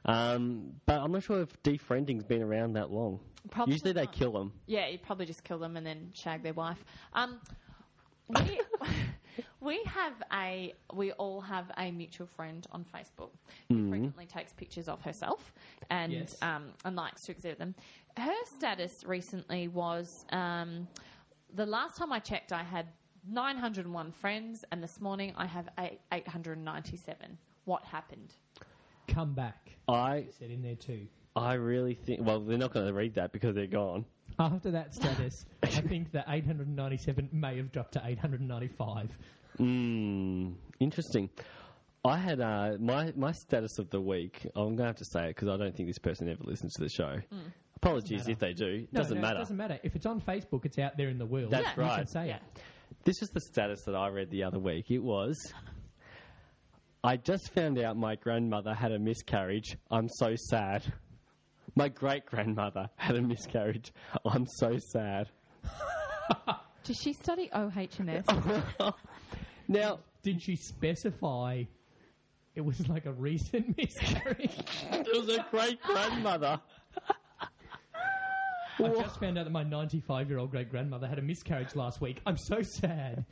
Speaker 2: Um, but I'm not sure if defriending's been around that long.
Speaker 3: Probably
Speaker 2: Usually they
Speaker 3: not.
Speaker 2: kill them.
Speaker 3: Yeah, you'd probably just kill them and then shag their wife. Um, we, we have a we all have a mutual friend on Facebook who frequently takes pictures of herself and
Speaker 1: Hmm. Yes.
Speaker 3: um, and likes to exhibit them. Her status recently was um, the last time I checked, I had 901 friends, and this morning I have eight- 897. What happened?
Speaker 1: Come back.
Speaker 2: I
Speaker 1: said in there too.
Speaker 2: I really think. Well, they're not going to read that because they're gone.
Speaker 1: After that status, I think that 897 may have dropped to 895.
Speaker 2: Mm, interesting. I had uh, my my status of the week. I'm going to have to say it because I don't think this person ever listens to the show. Apologies if they do. It doesn't
Speaker 1: Hmm. No, no,
Speaker 2: matter.
Speaker 1: It doesn't matter. If it's on Facebook, it's out there in the world.
Speaker 2: That's
Speaker 1: you Can
Speaker 2: right.
Speaker 1: say
Speaker 3: Yeah.
Speaker 1: it.
Speaker 2: This is the status that I read the other week. It was I just found out my grandmother had a miscarriage. I'm so sad. My great grandmother had a miscarriage. I'm so sad.
Speaker 3: Does she study OH&S?
Speaker 2: Now,
Speaker 1: Did she specify it was like a recent miscarriage?
Speaker 2: it was a great grandmother.
Speaker 1: I just found out that my 95 year old great grandmother had a miscarriage last week. I'm so sad.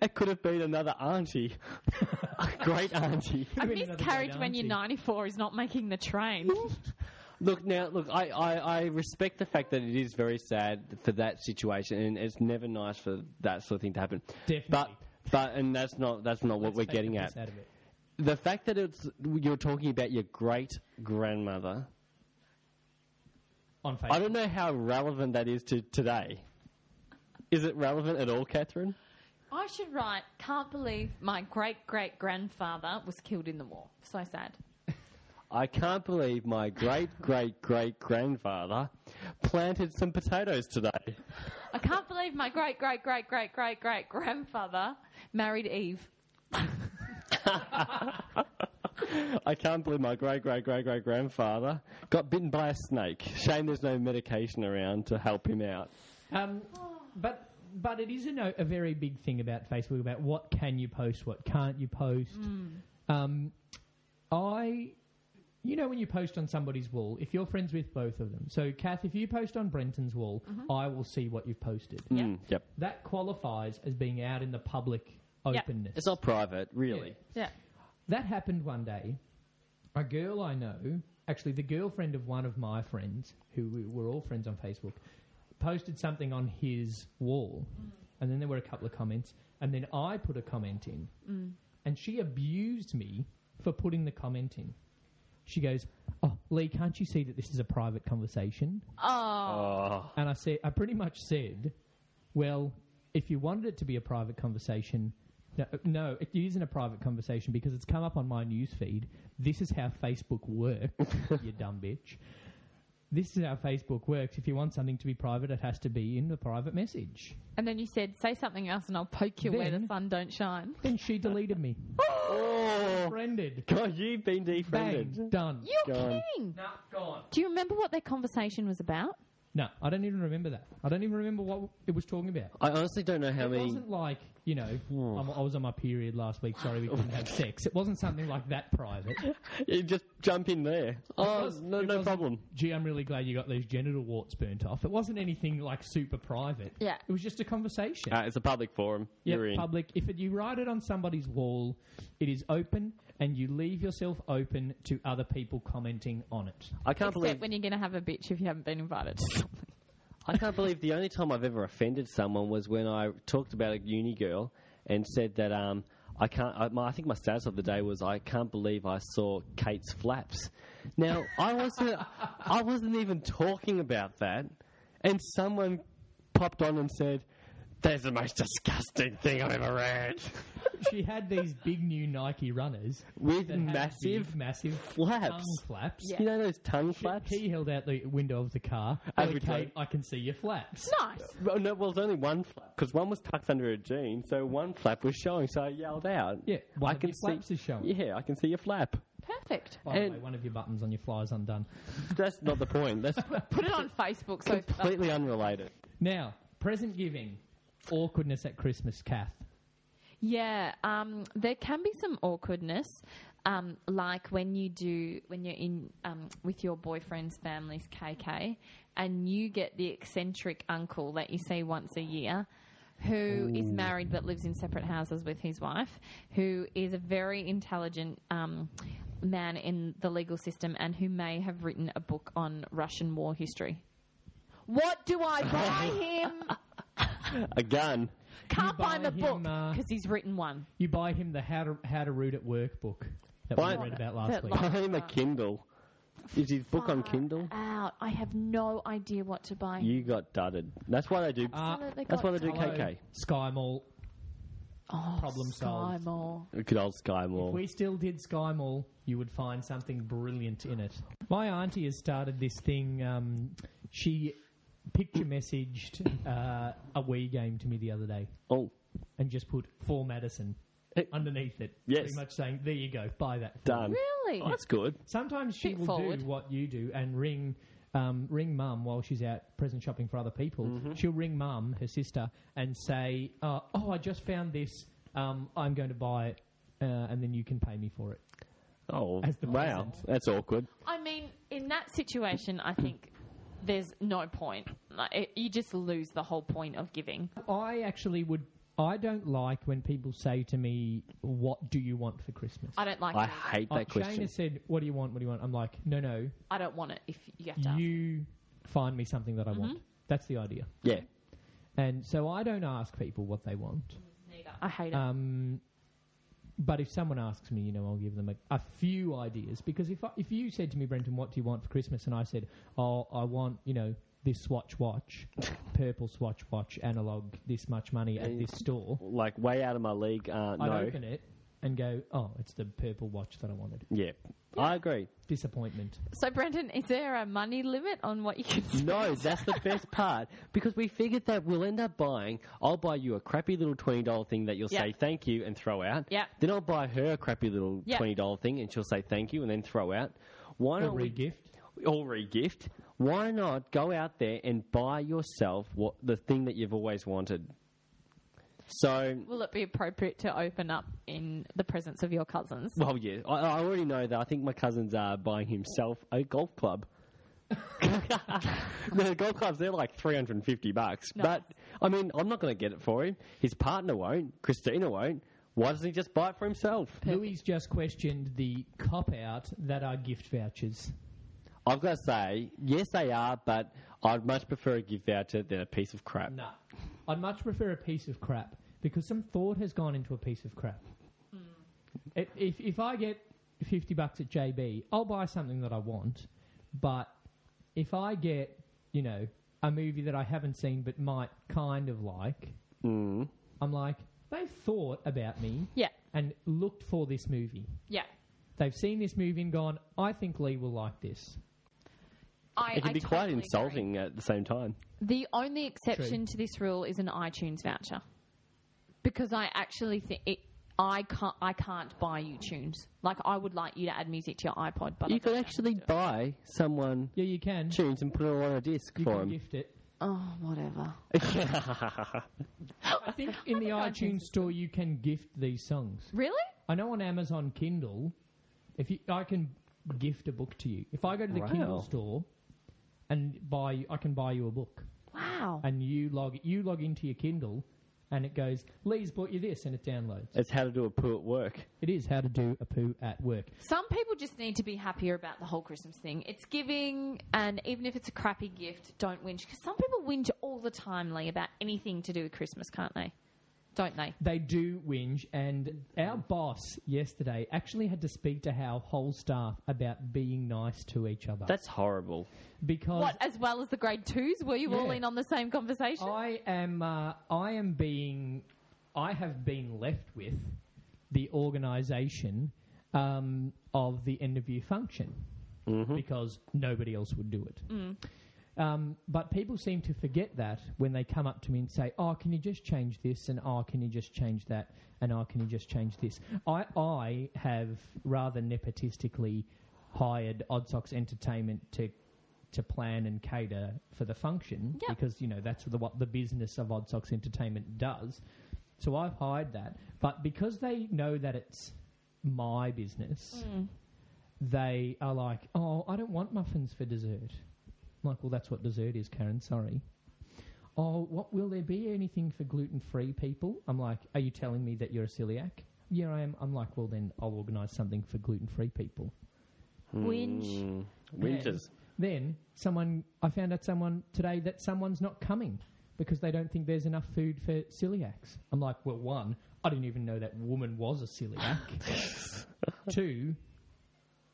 Speaker 2: It could have been another auntie. A great auntie.
Speaker 1: Could have been another great
Speaker 3: Miscarriage when you're
Speaker 1: auntie.
Speaker 3: 94 is not making the train.
Speaker 2: Look, now, look, I, I, I respect the fact that it is very sad for that situation, and it's never nice for that sort of thing to happen.
Speaker 1: Definitely.
Speaker 2: But, but, and that's not, that's not
Speaker 1: Let's
Speaker 2: what we're
Speaker 1: take
Speaker 2: getting
Speaker 1: the
Speaker 2: at.
Speaker 1: piss out of it.
Speaker 2: The fact that it's you're talking about your great grandmother,
Speaker 1: On Facebook.
Speaker 2: I don't know how relevant that is to today. Is it relevant at all, Catherine?
Speaker 3: I should write, can't believe my great great grandfather was killed in the war. So sad.
Speaker 2: I can't believe my great great great grandfather planted some potatoes today.
Speaker 3: I can't believe my great great great great great great grandfather married Eve.
Speaker 2: I can't believe my great great great great grandfather got bitten by a snake. Shame there's no medication around to help him out.
Speaker 1: Um, but but it is a, no, a very big thing about Facebook about what can you post, what can't you post. Um, I, you know, when you post on somebody's wall, if you're friends with both of them, so Kath, if you post on Brenton's wall, I will see what you've posted.
Speaker 2: Mm, yep.
Speaker 1: That qualifies as being out in the public openness.
Speaker 2: It's not private, really.
Speaker 3: Yeah.
Speaker 1: That happened one day. A girl I know, actually the girlfriend of one of my friends, who we were all friends on Facebook, posted something on his wall. And then there were a couple of comments. And then I put a comment in. And she abused me for putting the comment in. She goes, Oh, Lee, can't you see that this is a private conversation?
Speaker 3: Oh,
Speaker 2: Oh,
Speaker 1: And I said, I pretty much said, well, if you wanted it to be a private conversation, No, no, it isn't a private conversation because it's come up on my news feed. This is how Facebook works, you dumb bitch. This is how Facebook works. If you want something to be private, it has to be in the private message.
Speaker 3: And then you said, say something else and I'll poke you where the
Speaker 1: Then-
Speaker 3: sun don't shine.
Speaker 1: Then she deleted me.
Speaker 2: Oh,
Speaker 1: Friended.
Speaker 2: God, you've been defriended.
Speaker 1: Bang. Done.
Speaker 3: You're
Speaker 2: Gone.
Speaker 3: kidding.
Speaker 1: Nah, gone.
Speaker 3: Do you remember what their conversation was about?
Speaker 1: No, I don't even remember that. I don't even remember what it was talking about.
Speaker 2: I honestly don't know how
Speaker 1: it
Speaker 2: many.
Speaker 1: wasn't like you know
Speaker 2: oh.
Speaker 1: I'm, I was on my period last week. Sorry, we couldn't have sex. It wasn't something like that private.
Speaker 2: You just jump in there. Oh,
Speaker 1: was-
Speaker 2: no,
Speaker 1: it
Speaker 2: no
Speaker 1: wasn't-
Speaker 2: problem.
Speaker 1: Gee, I'm really glad you got those genital warts burnt off. It wasn't anything like super private.
Speaker 3: Yeah.
Speaker 1: it was just a conversation.
Speaker 2: Uh, it's a public forum.
Speaker 1: Yeah,
Speaker 2: You're in.
Speaker 1: public. If it, you write it on somebody's wall, it is open, and you leave yourself open to other people commenting on it.
Speaker 2: I can't
Speaker 3: Except
Speaker 2: believe.
Speaker 3: when you're going to have a bitch if you haven't been invited to something.
Speaker 2: I can't believe the only time I've ever offended someone was when I talked about a uni girl and said that um, I can't. I, my, I think my status of the day was I can't believe I saw Kate's flaps. Now I wasn't. I wasn't even talking about that, and someone popped on and said, "That's the most disgusting thing I've ever read."
Speaker 1: she had these big new Nike runners
Speaker 2: With
Speaker 1: that had
Speaker 2: massive
Speaker 1: big, massive
Speaker 2: flaps.
Speaker 1: tongue flaps.
Speaker 3: Yeah.
Speaker 2: You know those tongue
Speaker 1: She-
Speaker 2: flaps?
Speaker 1: He held out the window of the car.
Speaker 2: Every
Speaker 1: okay,
Speaker 2: time.
Speaker 1: I can see your flaps.
Speaker 3: Nice.
Speaker 2: Well, no, well, it's only one flap because one was tucked under a jean, so one flap was showing. So I yelled out,
Speaker 1: Yeah, one
Speaker 2: I
Speaker 1: of
Speaker 2: can
Speaker 1: your flaps
Speaker 2: see,
Speaker 1: is showing.
Speaker 2: Yeah, I can see your flap."
Speaker 3: Perfect.
Speaker 1: By the
Speaker 2: And-
Speaker 1: way, one of your buttons on your fly is undone.
Speaker 2: That's not the point. That's
Speaker 3: Put it on Facebook so
Speaker 2: completely unrelated.
Speaker 1: Now, present giving, awkwardness at Christmas, Kath.
Speaker 3: Yeah, um, there can be some awkwardness, um, like when you do when you're in um, with your boyfriend's family's KK, and you get the eccentric uncle that you see once a year, who is married but lives in separate houses with his wife, who is a very intelligent. Um, Man in the legal system, and who may have written a book on Russian war history. What do I buy him?
Speaker 2: A gun.
Speaker 3: Can't buy
Speaker 1: buy
Speaker 3: him a
Speaker 1: him,
Speaker 3: book
Speaker 1: uh,
Speaker 3: because he's written one.
Speaker 1: You buy him the How to, How to Root at Work book that
Speaker 2: Buy-
Speaker 1: we read about last
Speaker 3: That
Speaker 1: week.
Speaker 2: Buy him a Kindle. Is his book on
Speaker 3: Far
Speaker 2: Kindle?
Speaker 3: Out. I have no idea what to buy.
Speaker 2: You got dudded. That's why they do.
Speaker 1: Ah,
Speaker 3: Some of it
Speaker 2: that's
Speaker 3: got
Speaker 2: why they do
Speaker 3: dull.
Speaker 1: hello,
Speaker 2: KK.
Speaker 1: Sky Mall.
Speaker 3: Oh,
Speaker 1: Problem solved.
Speaker 3: Skymore.
Speaker 2: Good old Sky Mall.
Speaker 1: If we still did Sky Mall, you would find something brilliant in it. My auntie has started this thing. Um, she picture messaged uh, a Wii game to me the other day.
Speaker 2: oh,
Speaker 1: and just put for Madison underneath it.
Speaker 2: Yes.
Speaker 1: Pretty much saying, there you go, buy that. for me."
Speaker 2: done.
Speaker 3: Really?
Speaker 2: Oh, that's good.
Speaker 1: Sometimes she
Speaker 3: Bit
Speaker 1: will
Speaker 3: forward.
Speaker 1: do what you do and ring. Um, ring mum while she's out present shopping for other people. She'll ring mum, her sister, and say, uh, "Oh, I just found this. Um, I'm going to buy it, uh, and then you can pay me for it."
Speaker 2: Oh,
Speaker 1: As the
Speaker 2: wow.
Speaker 1: present.
Speaker 2: That's awkward.
Speaker 3: I mean, in that situation, I think there's no point. Like, it, you just lose the whole point of giving.
Speaker 1: I actually would. I don't like when people say to me, "What do you want for Christmas?"
Speaker 3: I don't like
Speaker 2: I
Speaker 3: it. either.
Speaker 2: hate
Speaker 1: Uh,
Speaker 2: that
Speaker 1: Shane
Speaker 2: question.
Speaker 1: has said, "What do you want? What do you want?" I'm like, "No, no.
Speaker 3: I don't want it if you have to. ask. Mm-hmm.
Speaker 1: You find me something that I want." That's the idea.
Speaker 2: Yeah.
Speaker 1: And so I don't ask people what they want.
Speaker 3: Neither. I hate it.
Speaker 1: Um, but if someone asks me, you know, I'll give them a, a few ideas. Because if, I, if you said to me, Brenton, what do you want for Christmas? And I said, oh, I want, you know, this Swatch watch, purple Swatch watch, analog, this much money at this store.
Speaker 2: Like way out of my league. Uh,
Speaker 1: I'd
Speaker 2: no.
Speaker 1: open it and go, oh, it's the purple watch that I wanted.
Speaker 2: Yeah. I agree.
Speaker 1: Disappointment.
Speaker 3: so, Brendan, is there a money limit on what you can spend?
Speaker 2: No, that's the best part because we figured that we'll end up buying. I'll buy you a crappy little twenty dollar thing that you'll
Speaker 3: Yeah.
Speaker 2: say thank you and throw out.
Speaker 3: Yeah.
Speaker 2: Then I'll buy her a crappy little
Speaker 3: Yeah.
Speaker 2: twenty dollar thing and she'll say thank you and then throw out. Why
Speaker 1: A
Speaker 2: not
Speaker 1: re gift.
Speaker 2: we, or re-gift? Why not go out there and buy yourself what the thing that you've always wanted? So.
Speaker 3: Will it be appropriate to open up in the presence of your cousins?
Speaker 2: Well, yeah, I, I already know that. I think my cousin's are buying himself a golf club. the golf clubs they're like three hundred and fifty bucks,
Speaker 3: Nice.
Speaker 2: but I mean, I'm not going to get it for him. His partner won't. Christina won't. Why doesn't he just buy it for himself?
Speaker 1: Louis just questioned the cop out that are gift vouchers.
Speaker 2: I've got to say, yes, they are, but I'd much prefer a gift voucher than a piece of crap.
Speaker 1: No. I'd much prefer a piece of crap because some thought has gone into a piece of crap. If, if, if I get 50 bucks at JB, I'll buy something that I want. But if I get, you
Speaker 2: Mm.
Speaker 1: know, a movie that I haven't seen but might kind of like, I'm like, They thought about me
Speaker 3: Yeah.
Speaker 1: and looked for this movie.
Speaker 3: Yeah.
Speaker 1: They've seen this movie and gone, I think Lee will like this.
Speaker 3: I,
Speaker 2: It can
Speaker 3: I
Speaker 2: be quite
Speaker 3: totally agree.
Speaker 2: insulting at the same time.
Speaker 3: The only exception to this rule is an iTunes voucher, because I actually think it. I can't. I can't buy you tunes. Like I would like you to add music to your iPod, but I
Speaker 2: You could
Speaker 3: don't.
Speaker 2: actually buy someone
Speaker 1: Yeah, you can.
Speaker 2: tunes and put it on a disc
Speaker 1: You
Speaker 2: for
Speaker 1: can
Speaker 2: them.
Speaker 1: gift it.
Speaker 3: Oh, whatever.
Speaker 1: I think in the
Speaker 3: think iTunes
Speaker 1: iTunes
Speaker 3: is
Speaker 1: store you can gift these songs.
Speaker 3: Really?
Speaker 1: I know on Amazon Kindle, if you, I can gift a book to you. If I go to the
Speaker 2: Wow.
Speaker 1: Kindle store and buy, I can buy you a book,
Speaker 3: Wow.
Speaker 1: and you log you log into your Kindle, and it goes, Lee's bought you this, and it downloads.
Speaker 2: It's how to do a poo at work.
Speaker 1: It is how to do a poo at work.
Speaker 3: Some people just need to be happier about the whole Christmas thing. It's giving, and even if it's a crappy gift, don't whinge. Because some people whinge all the time, Lee, about anything to do with Christmas, can't they? Don't they?
Speaker 1: They do whinge, and our boss yesterday actually had to speak to our whole staff about being nice to each other.
Speaker 2: That's horrible.
Speaker 1: because
Speaker 3: What, as well as the grade twos? Were you
Speaker 1: Oh.
Speaker 3: all
Speaker 1: Yeah.
Speaker 3: in on the same conversation?
Speaker 1: I am. Uh, I am being. I have been left with the organisation um, of the end of year function because nobody else would do it. Um, but people seem to forget that when they come up to me and say, "Oh, can you just change this?" and "Oh, can you just change that?" and "Oh, can you just change this?" I I have rather nepotistically hired Odd Socks Entertainment to to plan and cater for the function
Speaker 3: Yeah.
Speaker 1: because you know that's the, what the business of Odd Socks Entertainment does. So I've hired that, but because they know that it's my
Speaker 3: Mm.
Speaker 1: business,
Speaker 3: Hmm.
Speaker 1: they are like, "Oh, I don't want muffins for dessert." I'm like, well, that's what dessert is, Karen. Sorry. Oh, what will there be anything for gluten-free people? I'm like, are you telling me that you're a celiac? Yeah, I am. I'm like, well, then I'll organise something for gluten-free people.
Speaker 3: Whinge.
Speaker 2: Mm. Winters.
Speaker 1: Then someone, I found out someone today that someone's not coming because they don't think there's enough food for celiacs. I'm like, well, one, I didn't even know that woman was a celiac. Two,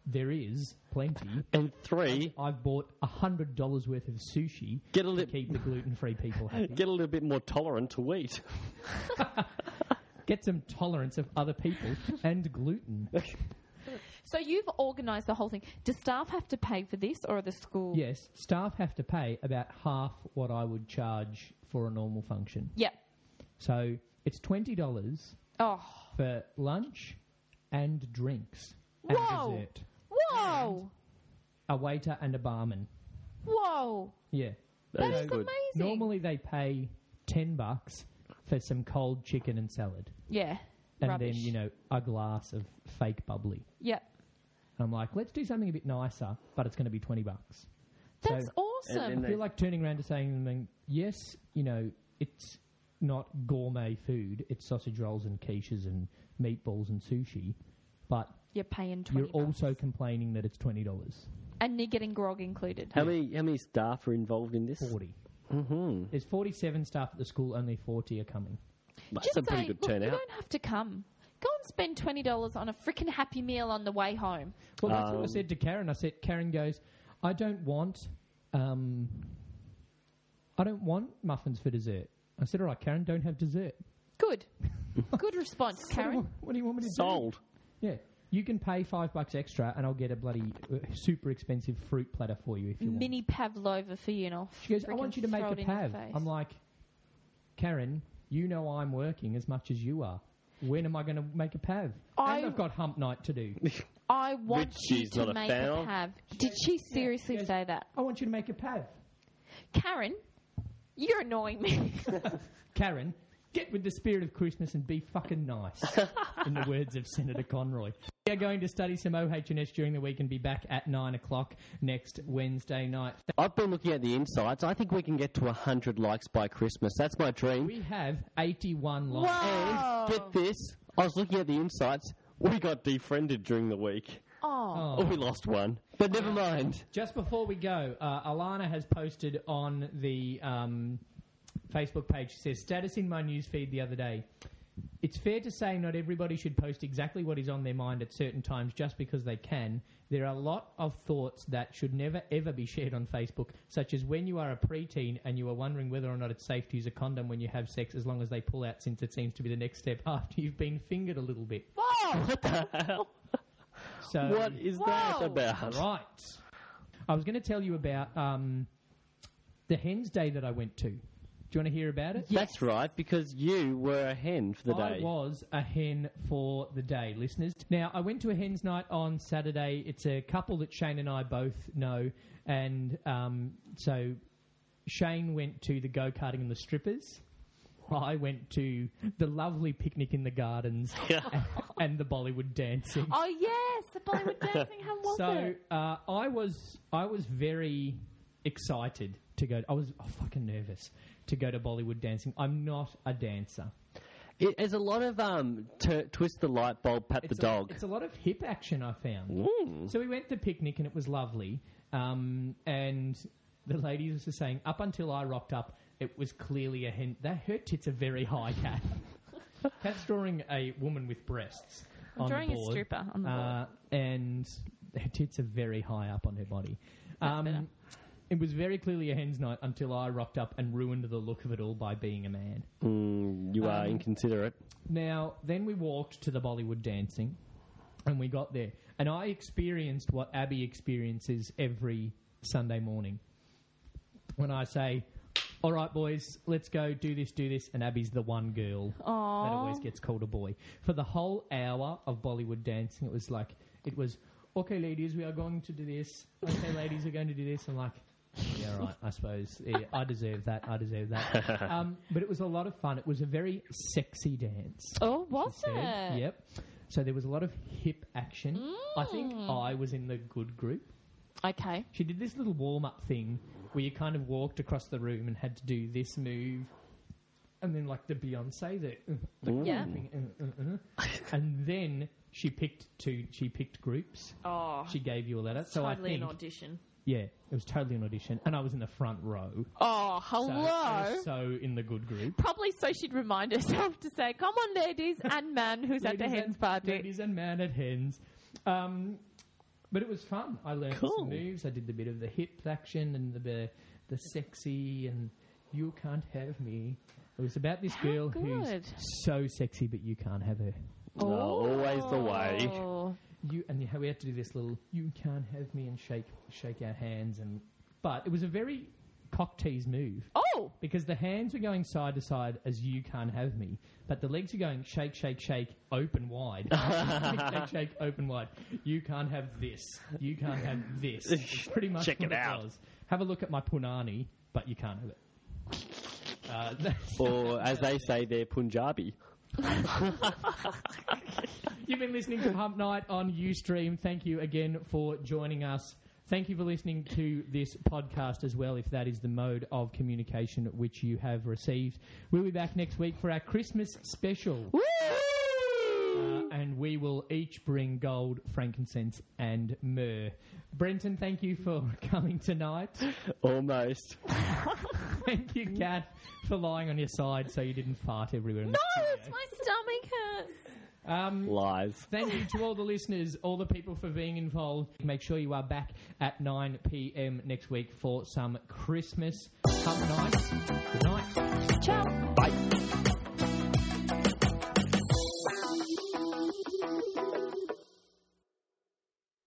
Speaker 1: there is plenty.
Speaker 2: And three,
Speaker 1: I've bought hundred dollars worth of sushi
Speaker 2: Get a
Speaker 1: to
Speaker 2: lip-
Speaker 1: keep the gluten-free people happy.
Speaker 2: get a little bit more tolerant to wheat.
Speaker 1: Get some tolerance of other people and gluten.
Speaker 3: So you've organised the whole thing. Does staff have to pay for this, or are the school?
Speaker 1: Yes, staff have to pay about half what I would charge for a normal function.
Speaker 3: Yeah.
Speaker 1: So it's twenty dollars
Speaker 3: Oh.
Speaker 1: for lunch and drinks and
Speaker 3: Whoa.
Speaker 1: dessert.
Speaker 3: Whoa.
Speaker 1: A waiter and a barman.
Speaker 3: Whoa.
Speaker 1: Yeah.
Speaker 3: That
Speaker 2: That's
Speaker 3: is
Speaker 2: good.
Speaker 3: amazing.
Speaker 1: Normally they pay ten bucks for some cold chicken and salad,
Speaker 3: Yeah.
Speaker 1: and
Speaker 3: Rubbish.
Speaker 1: then you know a glass of fake bubbly.
Speaker 3: Yeah.
Speaker 1: And I'm like, let's do something a bit nicer, but it's going to be twenty bucks.
Speaker 3: That's
Speaker 1: So-
Speaker 3: awesome.
Speaker 2: And
Speaker 1: I
Speaker 2: then
Speaker 1: feel like turning around to saying, them, yes, you know, it's not gourmet food. It's sausage rolls and quiches and meatballs and sushi, but
Speaker 3: You're paying 20
Speaker 1: you're
Speaker 3: bucks.
Speaker 1: also complaining that it's twenty dollars.
Speaker 3: And you're getting grog included.
Speaker 2: How many how many staff are involved in this?
Speaker 1: 40 Mm-hmm. There's 47 staff at the school. Only 40 are coming.
Speaker 2: That's
Speaker 3: Just
Speaker 2: a pretty
Speaker 3: say,
Speaker 2: good
Speaker 3: "Look, You
Speaker 2: turnout.
Speaker 3: don't have to come. Go and spend twenty dollars on a freaking happy meal on the way home.
Speaker 1: Well, that's what I
Speaker 2: Um,
Speaker 1: said to Karen. I said, Karen goes, I don't want, um, I don't want muffins for dessert. I said, all right, Karen, don't have dessert.
Speaker 3: Good. Good response,
Speaker 1: What do you
Speaker 3: Karen.
Speaker 1: want- What do you want me to do?
Speaker 2: Sold.
Speaker 1: Yeah. You can pay five bucks extra and I'll get a bloody uh, super expensive fruit platter for you if you want.
Speaker 3: Mini pavlova for you, know.
Speaker 1: She goes, I want you to make a pav. I'm like, Karen, you know I'm working as much as you are. When am I going to make a pav?
Speaker 3: I-
Speaker 1: and I've got hump night to do.
Speaker 3: I want
Speaker 2: Which
Speaker 3: you
Speaker 2: she's
Speaker 3: to
Speaker 2: not a
Speaker 3: make a
Speaker 2: fan.
Speaker 3: pav. Did she seriously
Speaker 1: Yes.
Speaker 3: say that,
Speaker 1: I want you to make a pav.
Speaker 3: Karen? You're annoying me.
Speaker 1: Karen, get with the spirit of Christmas and be fucking nice, in the words of Senator Conroy. We are going to study some OH&S during the week and be back at 9 o'clock next Wednesday night.
Speaker 2: I've been looking at the insights. I think we can get to 100 likes by Christmas. That's my dream.
Speaker 1: We have 81 likes.
Speaker 3: Wow.
Speaker 2: Get this. I was looking at the insights. We got defriended during the week.
Speaker 3: Oh.
Speaker 2: Oh, we lost one. But never mind.
Speaker 1: Just before we go, uh, Alana has posted on the um, Facebook page. She says, "Status in my newsfeed the other day. it's fair to say not everybody should post exactly what is on their mind at certain times just because they can. There are a lot of thoughts that should never ever be shared on Facebook, such as when you are a preteen and you are wondering whether or not it's safe to use a condom when you have sex, as long as they pull out, since it seems to be the next step after you've been fingered a little bit.
Speaker 3: Whoa!
Speaker 2: What the hell?
Speaker 1: So
Speaker 2: what is that
Speaker 3: Whoa.
Speaker 1: All
Speaker 2: about?
Speaker 1: Um, right. I was going to tell you about um, the hen's day that I went to. Do you want to hear about it?
Speaker 2: That's right, because you were a hen for the
Speaker 1: I
Speaker 2: day.
Speaker 1: was a hen for the day, listeners. Now, I went to a hen's night on Saturday. It's a couple that Shane and I both know. And um, so Shane went to the go karting and the strippers. I went to the lovely picnic in the gardens and the Bollywood dancing.
Speaker 3: Oh yes, the Bollywood dancing. How was
Speaker 1: So
Speaker 3: it?
Speaker 1: uh, I was I was very excited to go. I was oh, fucking nervous to go to Bollywood dancing. I'm not a dancer.
Speaker 2: It has a lot of um, t- twist the light bulb, pat the
Speaker 1: It's a-
Speaker 2: dog.
Speaker 1: It's a lot of hip action. I found.
Speaker 2: Mm.
Speaker 1: So we went to picnic and it was lovely. Um, and the ladies were just saying, up until I rocked up, it was clearly a hen. That her tits are very high, Cat. Cat's drawing a woman with breasts.
Speaker 3: I'm
Speaker 1: on the
Speaker 3: drawing a
Speaker 1: board.
Speaker 3: stripper on the board.
Speaker 1: Uh, and her tits are very high up on her body. Um,
Speaker 3: better.
Speaker 1: it was very clearly a hen's night until I rocked up and ruined the look of it all by being a man.
Speaker 2: Mm, you are
Speaker 1: Um,
Speaker 2: inconsiderate.
Speaker 1: Now, then we walked to the Bollywood dancing and we got there. And I experienced what Abby experiences every Sunday morning. When I say, all right, boys, let's go do this, do this, and Abby's the one girl that always
Speaker 3: Oh,
Speaker 1: gets called a boy. For the whole hour of Bollywood dancing, it was like, it was, okay, ladies, we are going to do this. Okay, ladies, we're going to do this. I'm like, yeah, all right, I suppose. Yeah, I deserve that. I deserve that. Um, but it was a lot of fun. It was a very sexy dance.
Speaker 3: oh, was
Speaker 1: Ted.
Speaker 3: it? Mm.
Speaker 1: Yep. So there was a lot of hip action. I think I was in the good group.
Speaker 3: Okay.
Speaker 1: She did this little warm up thing where you kind of walked across the room and had to do this move. And then, like the Beyonce, the
Speaker 3: Yeah.
Speaker 1: thing, uh, uh, uh. and then she picked two. She picked groups.
Speaker 3: Oh,
Speaker 1: She gave you a letter. So I
Speaker 3: totally
Speaker 1: think,
Speaker 3: an audition.
Speaker 1: yeah, it was totally an audition, and I was in the front row.
Speaker 3: Oh,
Speaker 1: So,
Speaker 3: hello.
Speaker 1: I was so in the good group.
Speaker 3: Probably so she'd remind herself to say, "Come on, ladies and men, who's at the
Speaker 1: Ladies
Speaker 3: hen's
Speaker 1: and-
Speaker 3: party?"
Speaker 1: Ladies and men at hens. Um, but it was fun. I learned
Speaker 2: Cool.
Speaker 1: some moves. I did the bit of the hip action and the the, the sexy and you can't have me. It was about this
Speaker 3: How
Speaker 1: girl
Speaker 3: good.
Speaker 1: who's so sexy, but you can't have her.
Speaker 2: No, always the way.
Speaker 3: Oh.
Speaker 1: You and we had to do this little "you can't have me" and shake shake our hands and. But it was a very cock tease move
Speaker 3: Oh,
Speaker 1: because the hands were going side to side as you can't have me, but the legs are going shake, shake, shake, open wide, shake, shake, shake, open wide. You can't have this. You can't have this. It's pretty much
Speaker 2: Check
Speaker 1: what
Speaker 2: it out.
Speaker 1: was. Have a look at my punani, but you can't have it. Uh, that's-
Speaker 2: Or as they say, they're Punjabi.
Speaker 1: you've been listening to Hump Night on UStream. Thank you again for joining us. Thank you for listening to this podcast as well, if that is the mode of communication which you have received. We'll be back next week for our Christmas special. Uh, and we will each bring gold, frankincense, and myrrh. Brenton, thank you for coming tonight.
Speaker 2: Almost.
Speaker 1: Thank you, Kat, for lying on your side so you didn't fart everywhere. in the-
Speaker 3: no, it's my stomach hurts.
Speaker 1: Um,
Speaker 2: Lies.
Speaker 1: Thank you to all the listeners, all the people for being involved. Make sure you are back at 9 p.m. next week for some Christmas hump night. Good night.
Speaker 3: Ciao.
Speaker 2: Bye.